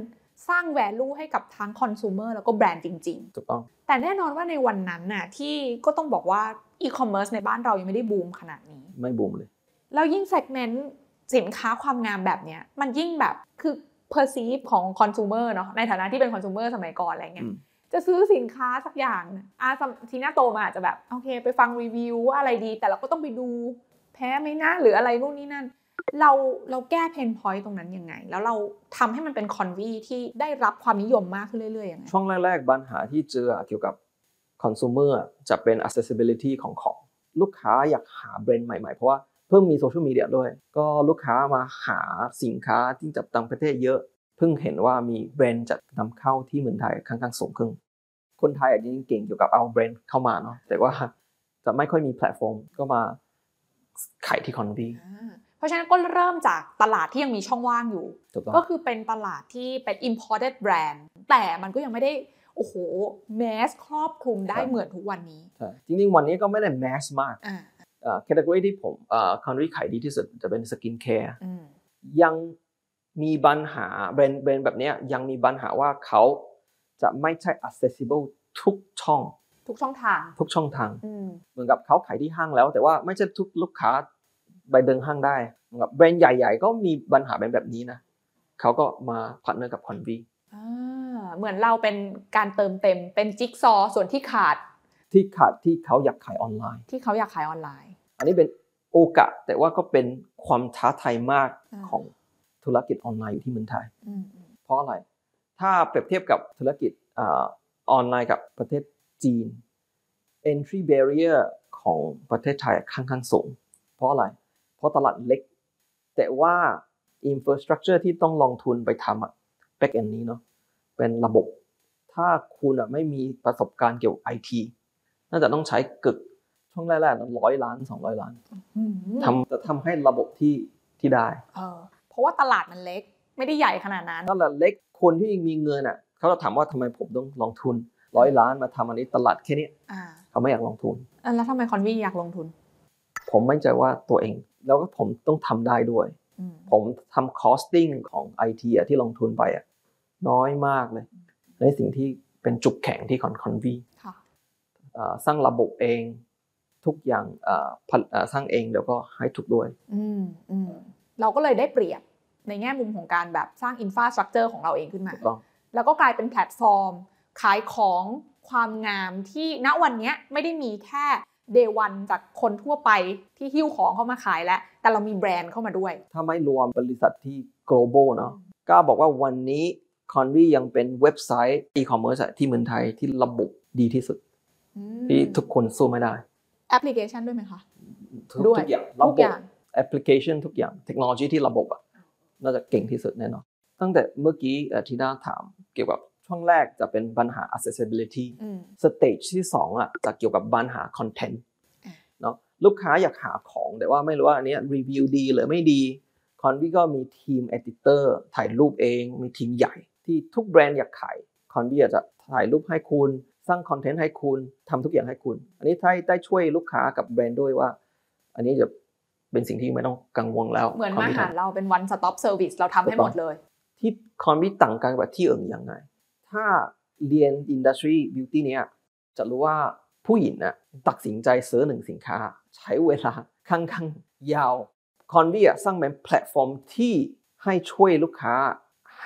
B: สร้าง value ให้กับทั้งคอน sumer แล้วก็แบรนด์จริง ๆ
C: ถูกต้อง
B: แต่แน่นอนว่าในวันนั้นน่ะที่ก็ต้องบอกว่าอีคอมเมิร์ซในบ้านเรายังไม่ได้บูมขนาดนี้
C: ไม่บูมเลย
B: แล้วยิ่งเซกเมนต์สินค้าความงามแบบเนี้ยมันยิ่งแบบคือ perceive ของคอน sumer เนาะในฐานะที่เป็นคอน sumer สมัยก่อนอะไรเงี้
C: อื
B: ย
C: ม
B: จะซื้อสินค้าสักอย่างน่ะอาสมทีหน้าโตมาอาจจะแบบ โอเค ไปฟังรีวิวว่าอะไรดี แต่เราก็ต้องไปดูแพ้ไหมนะ หรืออะไรนู่นนี่นั่น เราเราแก้เพนพอยต์ตรงนั้นยังไง แล้วเราทำให้มันเป็นคอนวีที่ได้รับความนิยมมากขึ้นเรื่อยๆยังไง
C: ช่วงแรก ๆ ปัญหาที่เจอเกี่ยวกับ consumer จะเป็น accessibility ของของ ลูกค้าอยากหาแบรนด์ใหม่ๆ เพราะว่าเพิ่งมีโซเชียลมีเดียด้วย ก็ลูกค้ามาหาสินค้าที่จากต่างประเทศเยอะ เพิ่งเห็นว่ามีแบรนด์จากนำเข้าที่เมืองไทยค่อนข้างสูงขึ้น คนไทยอาจจะยังเก่งเกี่ยวกับเอาแบรนด์เข้ามาเนาะแต่ว่าจะไม่ค่อยมีแพลตฟอร์มก็มาขายที่คอนดี
B: อ่าเพราะฉะนั้นก็เริ่มจากตลาดที่ยังมีช่องว่างอยู่
C: ถูกต้อง
B: ก็คือเป็นตลาดที่เป็น imported brand แต่มันก็ยังไม่ได้ โอ้โห แมสครอบคลุมได้เหมือนทุกวันนี้
C: ใช่จริงๆวันนี้ก็ไม่ได้แมสมาก
B: อ่า
C: แคตตากรีที่ผมคอนดีขายดีที่สุดจะเป็นสกินแคร์
B: อืม
C: ยังมีปัญหาแบรนด์แบรนด์แบบเนี้ยยังมีปัญหาว่าเขาจะไม่ใช่ accessible ทุกช่อง
B: ทุกช่องทาง
C: ทุกช่องทาง
B: อืม
C: เหมือนกับเขาขายที่ห้างแล้ว แต่ว่าไม่ใช่ทุกลูกค้าไปเดินห้างได้เหมือนกับแบรนด์ใหญ่ๆ ก็มีปัญหาแบรนด์แบบนี้นะเขาก็มาพาร์ทเนอร์กับคอนวี
B: อ่าเหมือนเราเป็นการเติมเต็ม เป็นจิ๊กซอว์ส่วนที่ขาด
C: ที่ขาดที่เขาอยากขายออนไลน์
B: ที่เขาอยากขายออนไลน์
C: อันนี้เป็นโอกาสแต่ว่าก็เป็นความท้าทายมาก
B: อ่า
C: ของธุรกิจออนไลน์อยู่ที่เมืองไทย
B: อืมอืม
C: เพราะอะไร ถ้าเปรียบเทียบกับธุรกิจเออออนไลน์กับประเทศจีน entry barrier ของประเทศไทยค่อนข้างสูง เพราะอะไร เพราะตลาดเล็ก แต่ว่า infrastructure ที่ต้องลงทุนไปทำอะ back end นี้เนาะ เป็นระบบ ถ้าคุณอะไม่มีประสบการณ์เกี่ยวกับ IT น่าจะต้องใช้กึก ช่วงแรกๆร้อยล้าน 200 ล้าน
B: อืม
C: ทำจะทำให้ระบบที่ที่ได้
B: เออเพราะว่าตลาดมันเล็ก ไม่ได้ใหญ่ขนาดนั้น
C: ตลาดเล็กคนที่มีเงินอ่ะเขาจะถามว่าทำไมผมต้องลงทุนร้อยล้านมาทำอันนี้ตลาดแค่เนี้ย
B: อ่า
C: เขาไม่อยากลงทุน
B: เออแล้วทำไมคอนวีอยากลงทุน
C: ผมมั่นใจว่าตัวเอง แล้วก็ผมต้องทำได้ด้วย
B: อืม
C: ผมทำ costing ของ IT อ่ะที่ลงทุนไปอ่ะน้อยมากเลยในสิ่งที่เป็นจุดแข็งที่ของคอนวี
B: ค่ะ
C: สร้างระบบเองทุกอย่างอ่าผลิตอ่าสร้างเองแล้วก็ให้ถูกด้วย
B: อืมอืมเราก็เลยได้เปรียบในแง่มุมของการแบบสร้างอินฟราสตรักเจอร์ของเราเองขึ้นมา
C: ถูกต้อง
B: แล้วก็กลายเป็นแพลตฟอร์ม ขายของความงามที่ณวันเนี้ยไม่ได้มีแค่เดวันจากคนทั่วไปที่หิ้วของเข้ามาขายแล้ว แต่เรามีแบรนด์เข้ามาด้วย
C: ถ้าไม่รวมบริษัทที่ global เนาะกล้าบอกว่าวันนี้คอนวียังเป็นเว็บไซต์ e-commerce อะที่เมืองไทยที่ระบบดีที่สุด ที่ทุกคนสู้ไม่ได้
B: แอปพลิเคชันด้วยไหมคะ
C: ทุก
B: ด้วย
C: ทุกอย่างระ
B: ทุ
C: บ
B: ก
C: บ
B: อย่าง
C: แอปพลิเคชันทุกอย่างเทคโนโลยีที่ระบบอะน่าจะเก่งที่สุดแน่นอนตั้งแต่เมื่อกี้เอ่อที่น่าถามเกี่ยวกับช่วงแรกจะเป็นปัญหา accessibility
B: อืม
C: สเตจที่2อ่ะจะเกี่ยวกับปัญหา content
B: อ่ะ
C: เนาะลูกค้าอยากหาของแต่ว่าไม่รู้ว่าอันเนี้ยรีวิวดีหรือไม่ดีคอนวีก็มีทีม editor ถ่ายรูปเอง มีทีมใหญ่ ที่ทุกแบรนด์อยากขายคอนวีอาจจะถ่ายรูปให้คุณ สร้างคอนเทนต์ให้คุณทำทุกอย่างให้คุณ อันนี้ได้ได้ช่วยลูกค้ากับแบรนด์ด้วยว่า อันนี้จะเป็นสิ่งที่ไม่ต้องกังวลแล้ว
B: เหมือน
C: ค
B: มา
C: วี
B: หา
C: ทำ
B: เราเป็นวันสต็อปเซอร์วิสเราทำให้หมดเลย
C: ที่คอนวิต่างกันกับที่อื่นยังไง ถ้า เรียนอินดัสทรีบิวตี้เนี่ยจะรู้ว่าผู้หญิงน่ะตัดสินใจซื้อหนึ่งสินค้า ใช้เวลาค่อนข้างยาวคอนดี้สร้างเป็นแพลตฟอร์มที่ให้ช่วยลูกค้า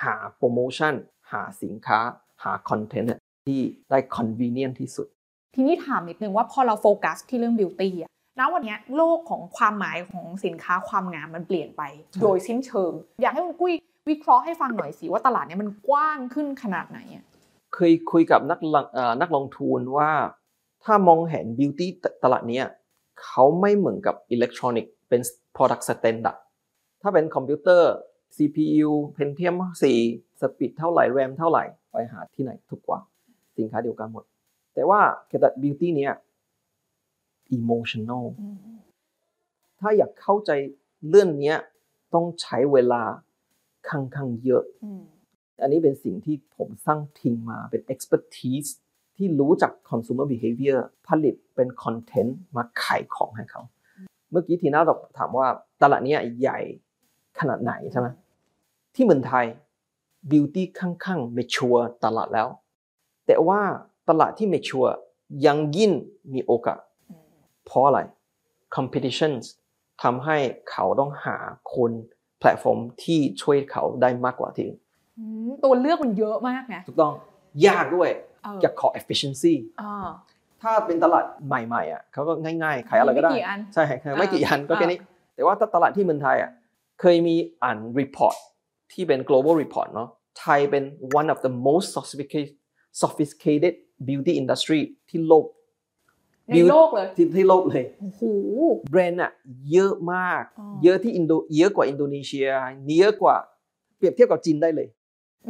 C: หาโปรโมชั่น หาสินค้า หาคอนเทนต์น่ะที่ได้ convenient ที่สุด
B: ทีนี้ถามนิดนึงว่าพอเราโฟกัสที่เรื่องบิวตี้อะณวันเนี้ยโลกของความหมายของสินค้าความงามมันเปลี่ยนไป
C: ใช่
B: โดยสิ้นเชิง อยากให้คุณกุ้ยวิเคราะห์ให้ฟังหน่อยสิว่าตลาดเนี้ยมันกว้างขึ้นขนาดไหนอะ
C: เคยคุยกับนักลงเอ่อนักลงทุนว่า ถ้ามองเห็นบิวตี้ตลาดเนี้ยเขาไม่เหมือนกับอิเล็กทรอนิกส์เป็น product standard ถ้าเป็นคอมพิวเตอร์ CPU Pentium 4 สปีดเท่าไหร่ RAM เท่าไหร่ ไปหาที่ไหนถูกกว่า สินค้าเดียวกันหมด แต่ว่าเกี่ยวกับบิวตี้เนี้ย emotional ถ้าอยากเข้าใจเรื่องเนี้ยต้องใช้เวลาค่อนข้างเยอะ
B: อืม
C: อันนี้เป็นสิ่งที่ผมสร้างทีมมาเป็น expertise ที่รู้จัก consumer behavior ผลิตเป็น content มาขายของให้เขา เมื่อกี้ทีน่าตอบถามว่าตลาดเนี้ยใหญ่ขนาดไหนใช่ไหมที่เมืองไทย beauty ค่อนข้าง mature ตลาดแล้ว แต่ว่าตลาดที่ mature ยังยิ่งมีโอกาส เพราะอะไร competition ทำให้เขาต้องหาคนแพลตฟอร์มที่ช่วยเขาได้มากกว่าที่อื่น
B: อืมตัวเลือกมันเยอะมากนะ
C: ถูกต้องยากด้วย
B: เออ
C: อยากขอ efficiency
B: อ่า
C: ถ้าเป็นตลาดใหม่ๆอ่ะเขาก็ง่ายๆขายอะไรก็ได้
B: มีไม่กี่อัน
C: ใช่ขายไม่กี่อันก็แค่นี้ แต่ว่าถ้าตลาดที่เมืองไทยอ่ะเคยมีอ่าน report ที่เป็น global report เนาะไทยเป็น one of the most sophisticated sophisticated beauty industry ที่โลก
B: ในโลกเลย
C: ที่ที่โลกเลย
B: โอ้โห
C: แบรนด์อ่ะเยอะมาก
B: อ๋อ
C: เยอะที่อินโดเยอะกว่าอินโดนีเซีย เยอะกว่าเปรียบเทียบกับจีนได้เลย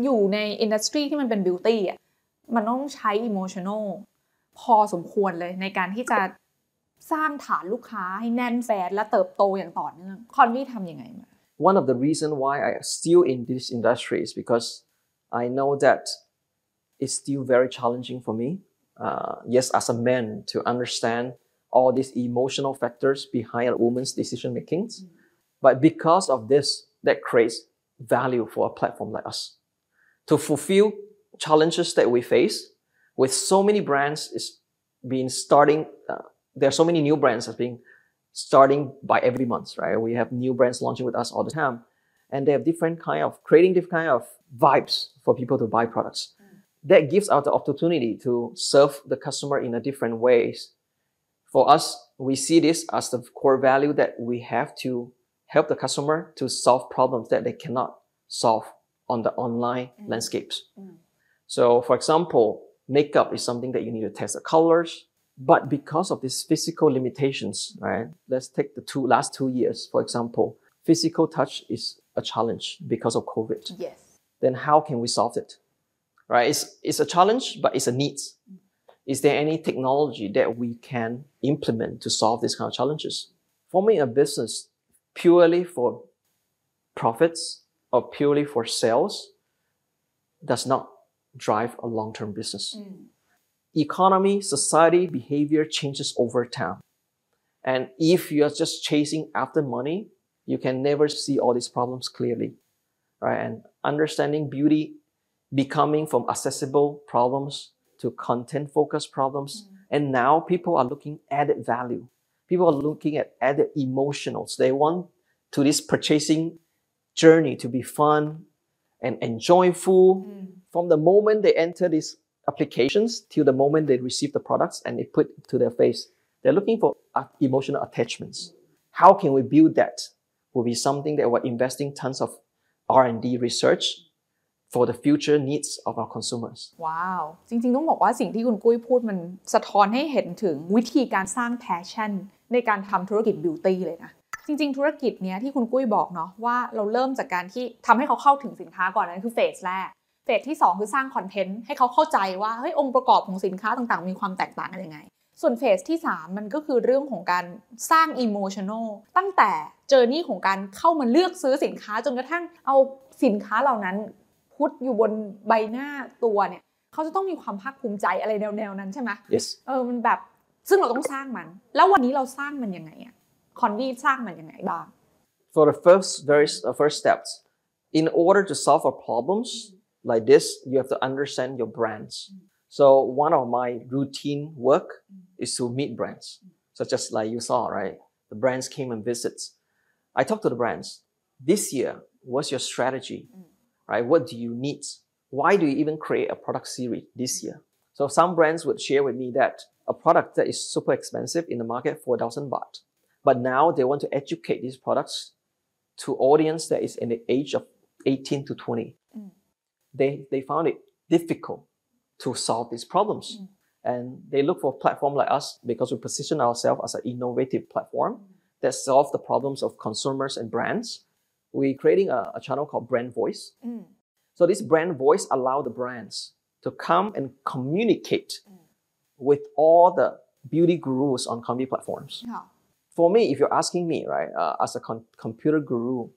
B: อยู่ในอินดัสทรีที่มันเป็นบิวตี้อ่ะ มันต้องใช้อิโมชัน a ลพอสมควรเลยในการที่จะสร้างฐานลูกค้าให้แน่นแฟนและเติบโตอย่างต่อเนื่อง คอนวี่ทำยังไงมา
C: one of the reason why I still in this industry is because I know that it's still very challenging for me. Uh, yes, as a man, to understand all these emotional factors behind a woman's decision makings, but because of this, that creates value for a platform like us to fulfill challenges that we face with so many brands is being starting. Uh, there are so many new brands that's being starting by every month, right? We have new brands launching with us all the time, and they have different kind of creating different kind of vibes for people to buy products. That gives us the opportunity to serve the customer in a different ways. For us, we see this as the core value that we have to help the customer to solve problems that they cannot solve on the online landscapes. So, for example, makeup is something that you need to test the colors. But because of these physical limitations, right? Let's take the two last two years, for example. Physical touch is a challenge because of COVID
B: yes
C: then how can we solve it? Right? It's, it's a challenge, but it's a need. Is there any technology that we can implement to solve these kind of challenges? Forming a business purely for profits or purely for sales does not drive a long term business. Economy, society, behavior changes over time. And if you're just chasing after money, you can never see all these problems clearly right? And understanding beauty, becoming from accessible problems to content focused problems. And now people are looking added value. People are looking at added emotionals. They want to this purchasing journey to be fun and
B: Mm.
C: enjoyful from the moment they enter these applications till the moment they receive the products and they put it to their face. They're looking for uh, emotional attachments. How can we build that? Will be something that we're investing tons of R&D research for the future needs of our consumers.
B: ว้าว จริงๆ ต้องบอกว่าสิ่งที่คุณกุ้ยพูดมันสะท้อนให้เห็นถึงวิธีการสร้างแพชชั่น ในการทำธุรกิจบิวตี้เลยนะ จริงๆ ธุรกิจเนี้ยที่คุณกุ้ยบอกเนาะว่าเราเริ่มจากการที่ทำให้เขาเข้าถึงสินค้าก่อนนั่นคือเฟสแรก เฟสที่ 2 คือสร้างคอนเทนต์ให้เขาเข้าใจว่าเฮ้ยองค์ประกอบของสินค้าต่างๆ มีความแตกต่างกันยังไง ส่วนเฟสที่ 3 มันก็คือเรื่องของการสร้างอิโมชัน a ลตั้งแต่เจอร์นี่ของการเข้ามาเลือกซื้อสินค้าจนกระทั่งเอาสินค้าเหล่านั้นพุทอยู่บนใบหน้าตัวเนี่ย เขาจะต้องมีความภาคภูมิใจอะไรแนวๆนั้นใช่ไหม
C: Yes.
B: เออ มันแบบ ซึ่งเราต้องสร้างมัน แล้ววันนี้เราสร้างมันยังไงอะคอนดี้สร้างมันยังไงบ้าง
C: For the first very s- uh, first steps, in order to solve our problems, like this, you have to understand your brands. So one of my routine work is to meet brands. So just like you saw, right? The brands came and visits. I talk to the brands. This year, what's your strategy? Right? What do you need? Why do you even create a product series this year? So some brands would share with me that a product that is super expensive in the market, 4,000 baht. But now they want to educate these products to audience that is in the age of 18 to 20
B: Mm.
C: they they found it difficult to solve these problems
B: Mm.
C: and they look for a platform like us because we position ourselves as an innovative platform
B: Mm.
C: that solve the problems of consumers and brands we're creating a, a channel called brand voice so this brand voice allow the brands to come and communicate
B: Mm.
C: with all the beauty gurus on comedy platforms for me, if you're asking me, right, uh, as a con- computer guru,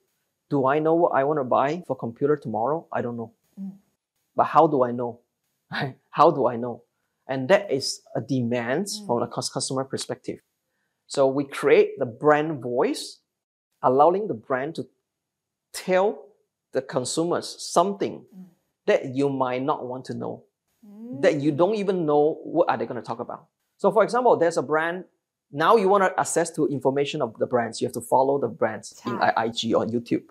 C: do I know what I want to buy for computer tomorrow? I don't know.
B: Mm.
C: But how do I know? (laughs) how do I know? And that is a demand
B: Mm.
C: from the cus- customer perspective. So we create the brand voice, allowing the brand to tell the consumers something
B: Mm.
C: that you might not want to know that you don't even know what are they going to talk about. So for example, there's a brand. Now you want to access to information of the brands. You have to follow the brands in
B: Sure.
C: I- IG or YouTube,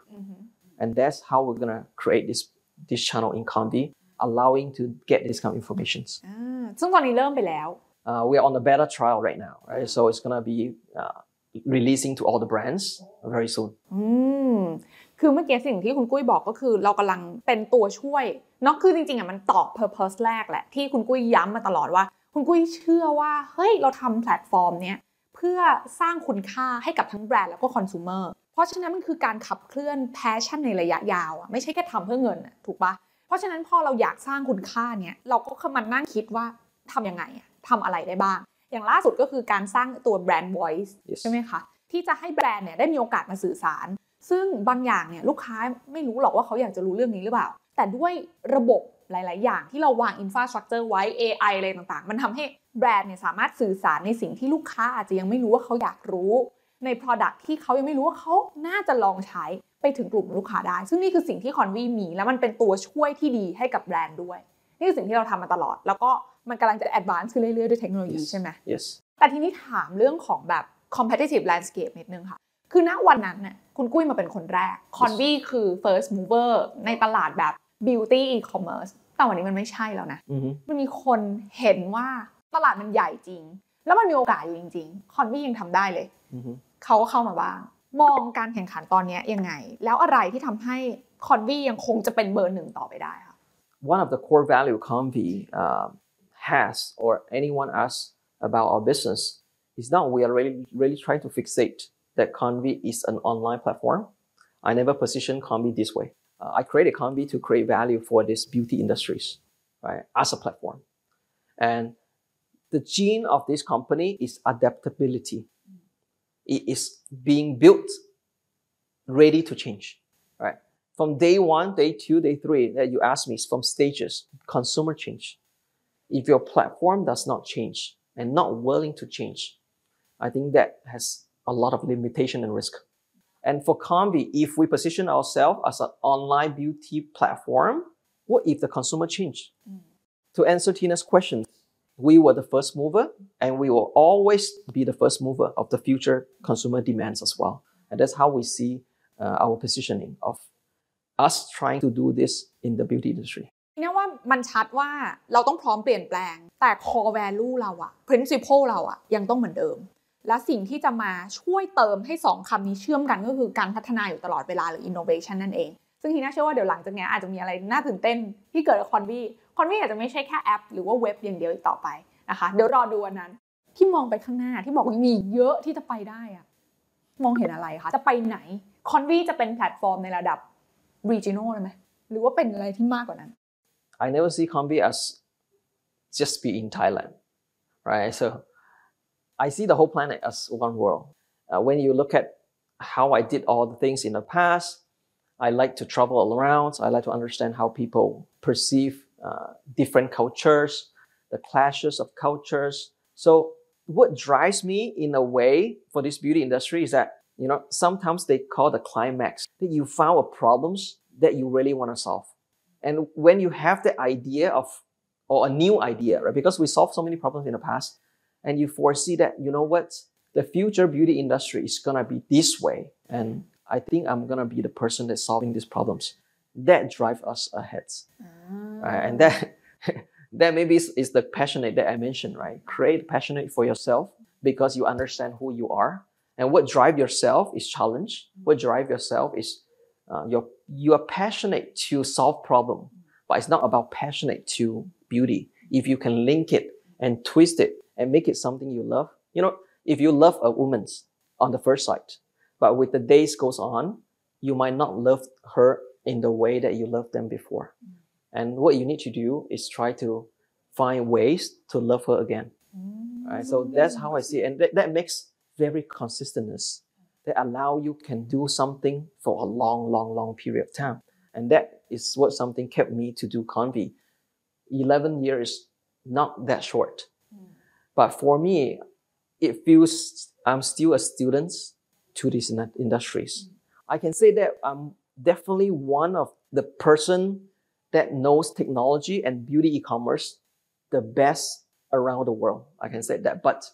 C: and that's how we're going to create this this channel in Combi, allowing to get this kind of information.
B: อ่าซึ่งตอนนี้เริ่มไปแล้ว
C: Uh, we're on a beta trial right now, right? So it's going to be uh, releasing to all the brands very soon.
B: อืมคือเมื่อกี้สิ่งที่คุณกุ้ยบอกก็คือเรากำลังเป็นตัวช่วยเนาะคือจริงๆอ่ะมันตอบ purpose แรกแหละ ที่คุณกุ้ยย้ำมาตลอดว่า คุณกุ้ยเชื่อว่า เฮ้ย เราทำแพลตฟอร์มเนี้ยเพื่อสร้างคุณค่าให้กับทั้งแบรนด์แล้วก็คอน sumer เพราะฉะนั้นมันคือการขับเคลื่อนแพชชั่นในระยะยาวอะไม่ใช่แค่ทำเพื่อเงินอะถูกปะเพราะฉะนั้นพอเราอยากสร้างคุณค่าเนี้ยเราก็มานั่งคิดว่าทำยังไงอะทำอะไรได้บ้าง อย่างล่าสุดก็คือการสร้างตัวแบรนด์ voice
C: Yes.
B: ใช่ไหมคะ ที่จะให้แบรนด์เนี่ยได้มีโอกาสมาสื่อสาร ซึ่งบางอย่างเนี่ยลูกค้าไม่รู้หรอกว่าเขาอยากจะรู้เรื่องนี้หรือเปล่า แต่ด้วยระบบหลาย ๆ อย่างที่เราวางอินฟาสตรักเจอร์ไว้ AI อะไรต่าง ๆ มันทำให้แบรนด์เนี่ยสามารถสื่อสารในสิ่งที่ลูกค้าอาจจะยังไม่รู้ว่าเขาอยากรู้ ใน Product ที่เขายังไม่รู้ว่าเขาน่าจะลองใช้ไปถึงกลุ่มลูกค้าได้ ซึ่งนี่คือสิ่งที่คอนวีมี แล้วมันเป็นตัวช่วยที่ดีให้กับแบรนด์ด้วย นี่คือสิ่งที่เราทำมาตลอด แล้วก็มันกำลังจะแอดวานซ์ขึ้นเรื่อย ๆ ด้วยเทคโนโลยี
C: Yes.
B: ใช่ไหม
C: Yes.
B: แต่ทีนี้ถามเรื่องของแบบ competitive landscape นิดนึงค่ะ คือณวันนั้นน่ะคุณกุ้ยมาเป็นคนแรก คอนวีคือ first mover ในตลาดแบบ beauty e-commerce แต่วันนี้มันไม่ใช่แล้วนะ
C: hmm
B: มันมีคนเห็นว่าตลาดมันใหญ่จริง แล้วมันมีโอกาสอยู่จริง ๆ คอนวียังทำได้เลย
C: hmm
B: เขาเข้ามาบ้าง มองการแข่งขันตอนเนี้ยยังไง แล้วอะไรที่ทำให้คอนวียังคงจะเป็นเบอร์หนึ่งต่อไปได้ค่ะ
C: one of the core value Convi um, has or anyone asks about our business is now we are really really trying to fixate that Convi is an online platform. I never position Convi this way. Uh, I created Convi to create value for these beauty industries, right, as a platform. And the gene of this company is adaptability. It is being built ready to change, right? from day one, day two, day three that you asked me is from stages, consumer change. If your platform does not change and not willing to change, I think that has a lot of limitation and risk. And for Combi, if we position ourselves as an online beauty platform, what if the consumer change? To answer Tina's question, we were the first mover and we will always be the first mover of the future consumer demands as well. And that's how we see uh, our positioning of us trying to do this in the beauty industry.
B: เนี่ยว่ามันชัดว่าเราต้องพร้อมเปลี่ยนแปลง แต่ core value เราอะ principle เราอะยังต้องเหมือนเดิม และสิ่งที่จะมาช่วยเติมให้ 2คำนี้เชื่อมกันก็คือการพัฒนาอยู่ตลอดเวลาหรือ innovation นั่นเอง ซึ่งทีน่าเชื่อว่าเดี๋ยวหลังจากเนี้ยอาจจะมีอะไรน่าตื่นเต้นที่เกิดกับคอนวีคอนวีอาจจะไม่ใช่แค่แอป หรือว่าเว็บอย่างเดียวอีกต่อไปนะคะเดี๋ยวรอดูวันนั้น ที่มองไปข้างหน้าที่บอกว่ามีเยอะที่จะไปได้อะมองเห็นอะไรคะจะไปไหนคอนวีจะเป็นแพลตฟอร์มในระดับ regional เลยไหมหรือว่าเป็นอะไรที่มากกว่านั้น
C: I never see Combi as just be in Thailand, right? So I see the whole planet as one world. Uh, when you look at how I did all the things in the past, I like to travel around. I like to understand how people perceive uh, different cultures, the clashes of cultures. So what drives me in a way for this beauty industry is that you know sometimes they call the climax that you found a problems that you really want to solve And when you have the idea of or a new idea, right? Because we solved so many problems in the past, and you foresee that you know what the future beauty industry is gonna be this way, and I think I'm gonna be the person that's solving these problems. That drive us ahead, right? and that (laughs) that maybe is, is the passionate that I mentioned, right? Create passionate for yourself because you understand who you are and what drive yourself is challenge. What drive yourself is uh, you're you are passionate to solve problem, but it's not about passionate to beauty. If you can link it and twist it and make it something you love, you know, if you love a woman on the first sight, but with the days goes on, you might not love her in the way that you loved them before. And what you need to do is try to find ways to love her again. Right? So that's how I see it. And that, that makes very consistentness that allow you can do something for a long, long, long period of time. And that is what something kept me to do Convi. 11 years, not that short. But for me, it feels I'm still a student to these in- industries. I can say that I'm definitely one of the person that knows technology and beauty e-commerce the best around the world. I can say that. But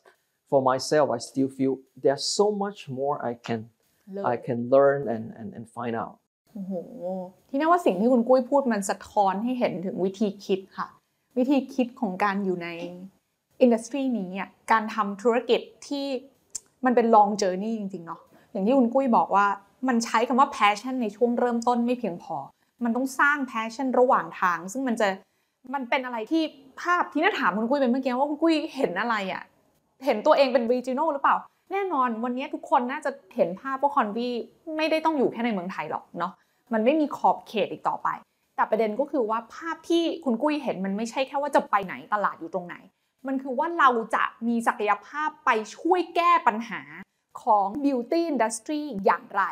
C: for myself, I still feel there's so much more I can I can learn and, and, and find out.
B: โอ้โหที่น่าว่าสิ่งที่คุณกุ้ยพูดมันสะท้อนให้เห็นถึงวิธีคิดค่ะ วิธีคิดของการอยู่ในอินดัสทรีนี้อ่ะการทำธุรกิจที่มันเป็น long journey จริงๆเนาะอย่างที่คุณกุ้ยบอกว่ามันใช้คำว่า passion ในช่วงเริ่มต้นไม่เพียงพอ มันต้องสร้าง passion ระหว่างทาง ซึ่งมันจะมันเป็นอะไรที่ภาพที่น่าถามคุณกุ้ยไปเมื่อกี้ว่าคุณกุ้ยเห็นอะไรอ่ะเห็นตัวเองเป็น regional หรือเปล่า แน่นอนวันนี้ทุกคนน่าจะเห็นภาพว่าคอนวีไม่ได้ต้องอยู่แค่ในเมืองไทยหรอกเนาะ มันไม่มีขอบเขตอีกต่อไป แต่ประเด็นก็คือว่าภาพที่คุณกุ้ยเห็นมันไม่ใช่แค่ว่าจะไปไหนตลาดอยู่ตรงไหน มันคือว่าเราจะมีศักยภาพไปช่วยแก้ปัญหาของ beauty industry อย่างไร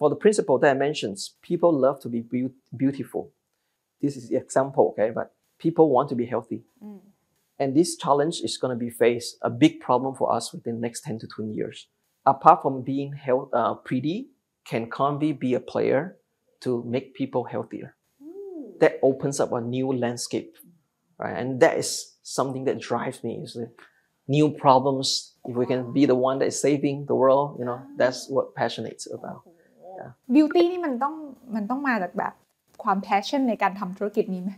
C: For the principle that I mentioned, people love to be beau- beautiful. This is the example, okay? But people want to be healthy. And this challenge is going to be faced, a big problem for us within the next 10 to 20 years. Apart from being health, uh, pretty, can Convi be a player to make people healthier? That opens up a new landscape, right? And that is something that drives me. Is the new problems. If we can be the one that is saving the world, you know, that's what passionate's about.
B: beauty นี่มันต้องมันต้องมาจากแบบความ passion ในการทำธุรกิจนี้ไหม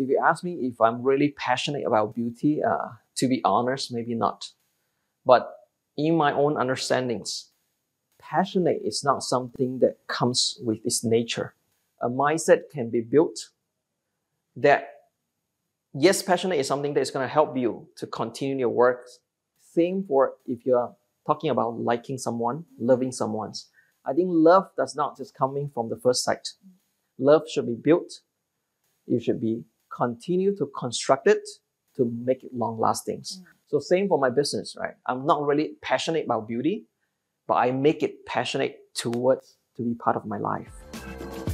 C: if you ask me if I'm really passionate about beauty, uh, to be honest, maybe not. But in my own understandings, passionate is not something that comes with its nature. A mindset can be built that, yes, passionate is something that is going to help you to continue your work. Same for if you're talking about liking someone, loving someone. I think love does not just coming from the first sight. Love should be built you should be continue to construct it to make it long lasting. So same for my business, right? I'm not really passionate about beauty, but I make it passionate towards to be part of my life.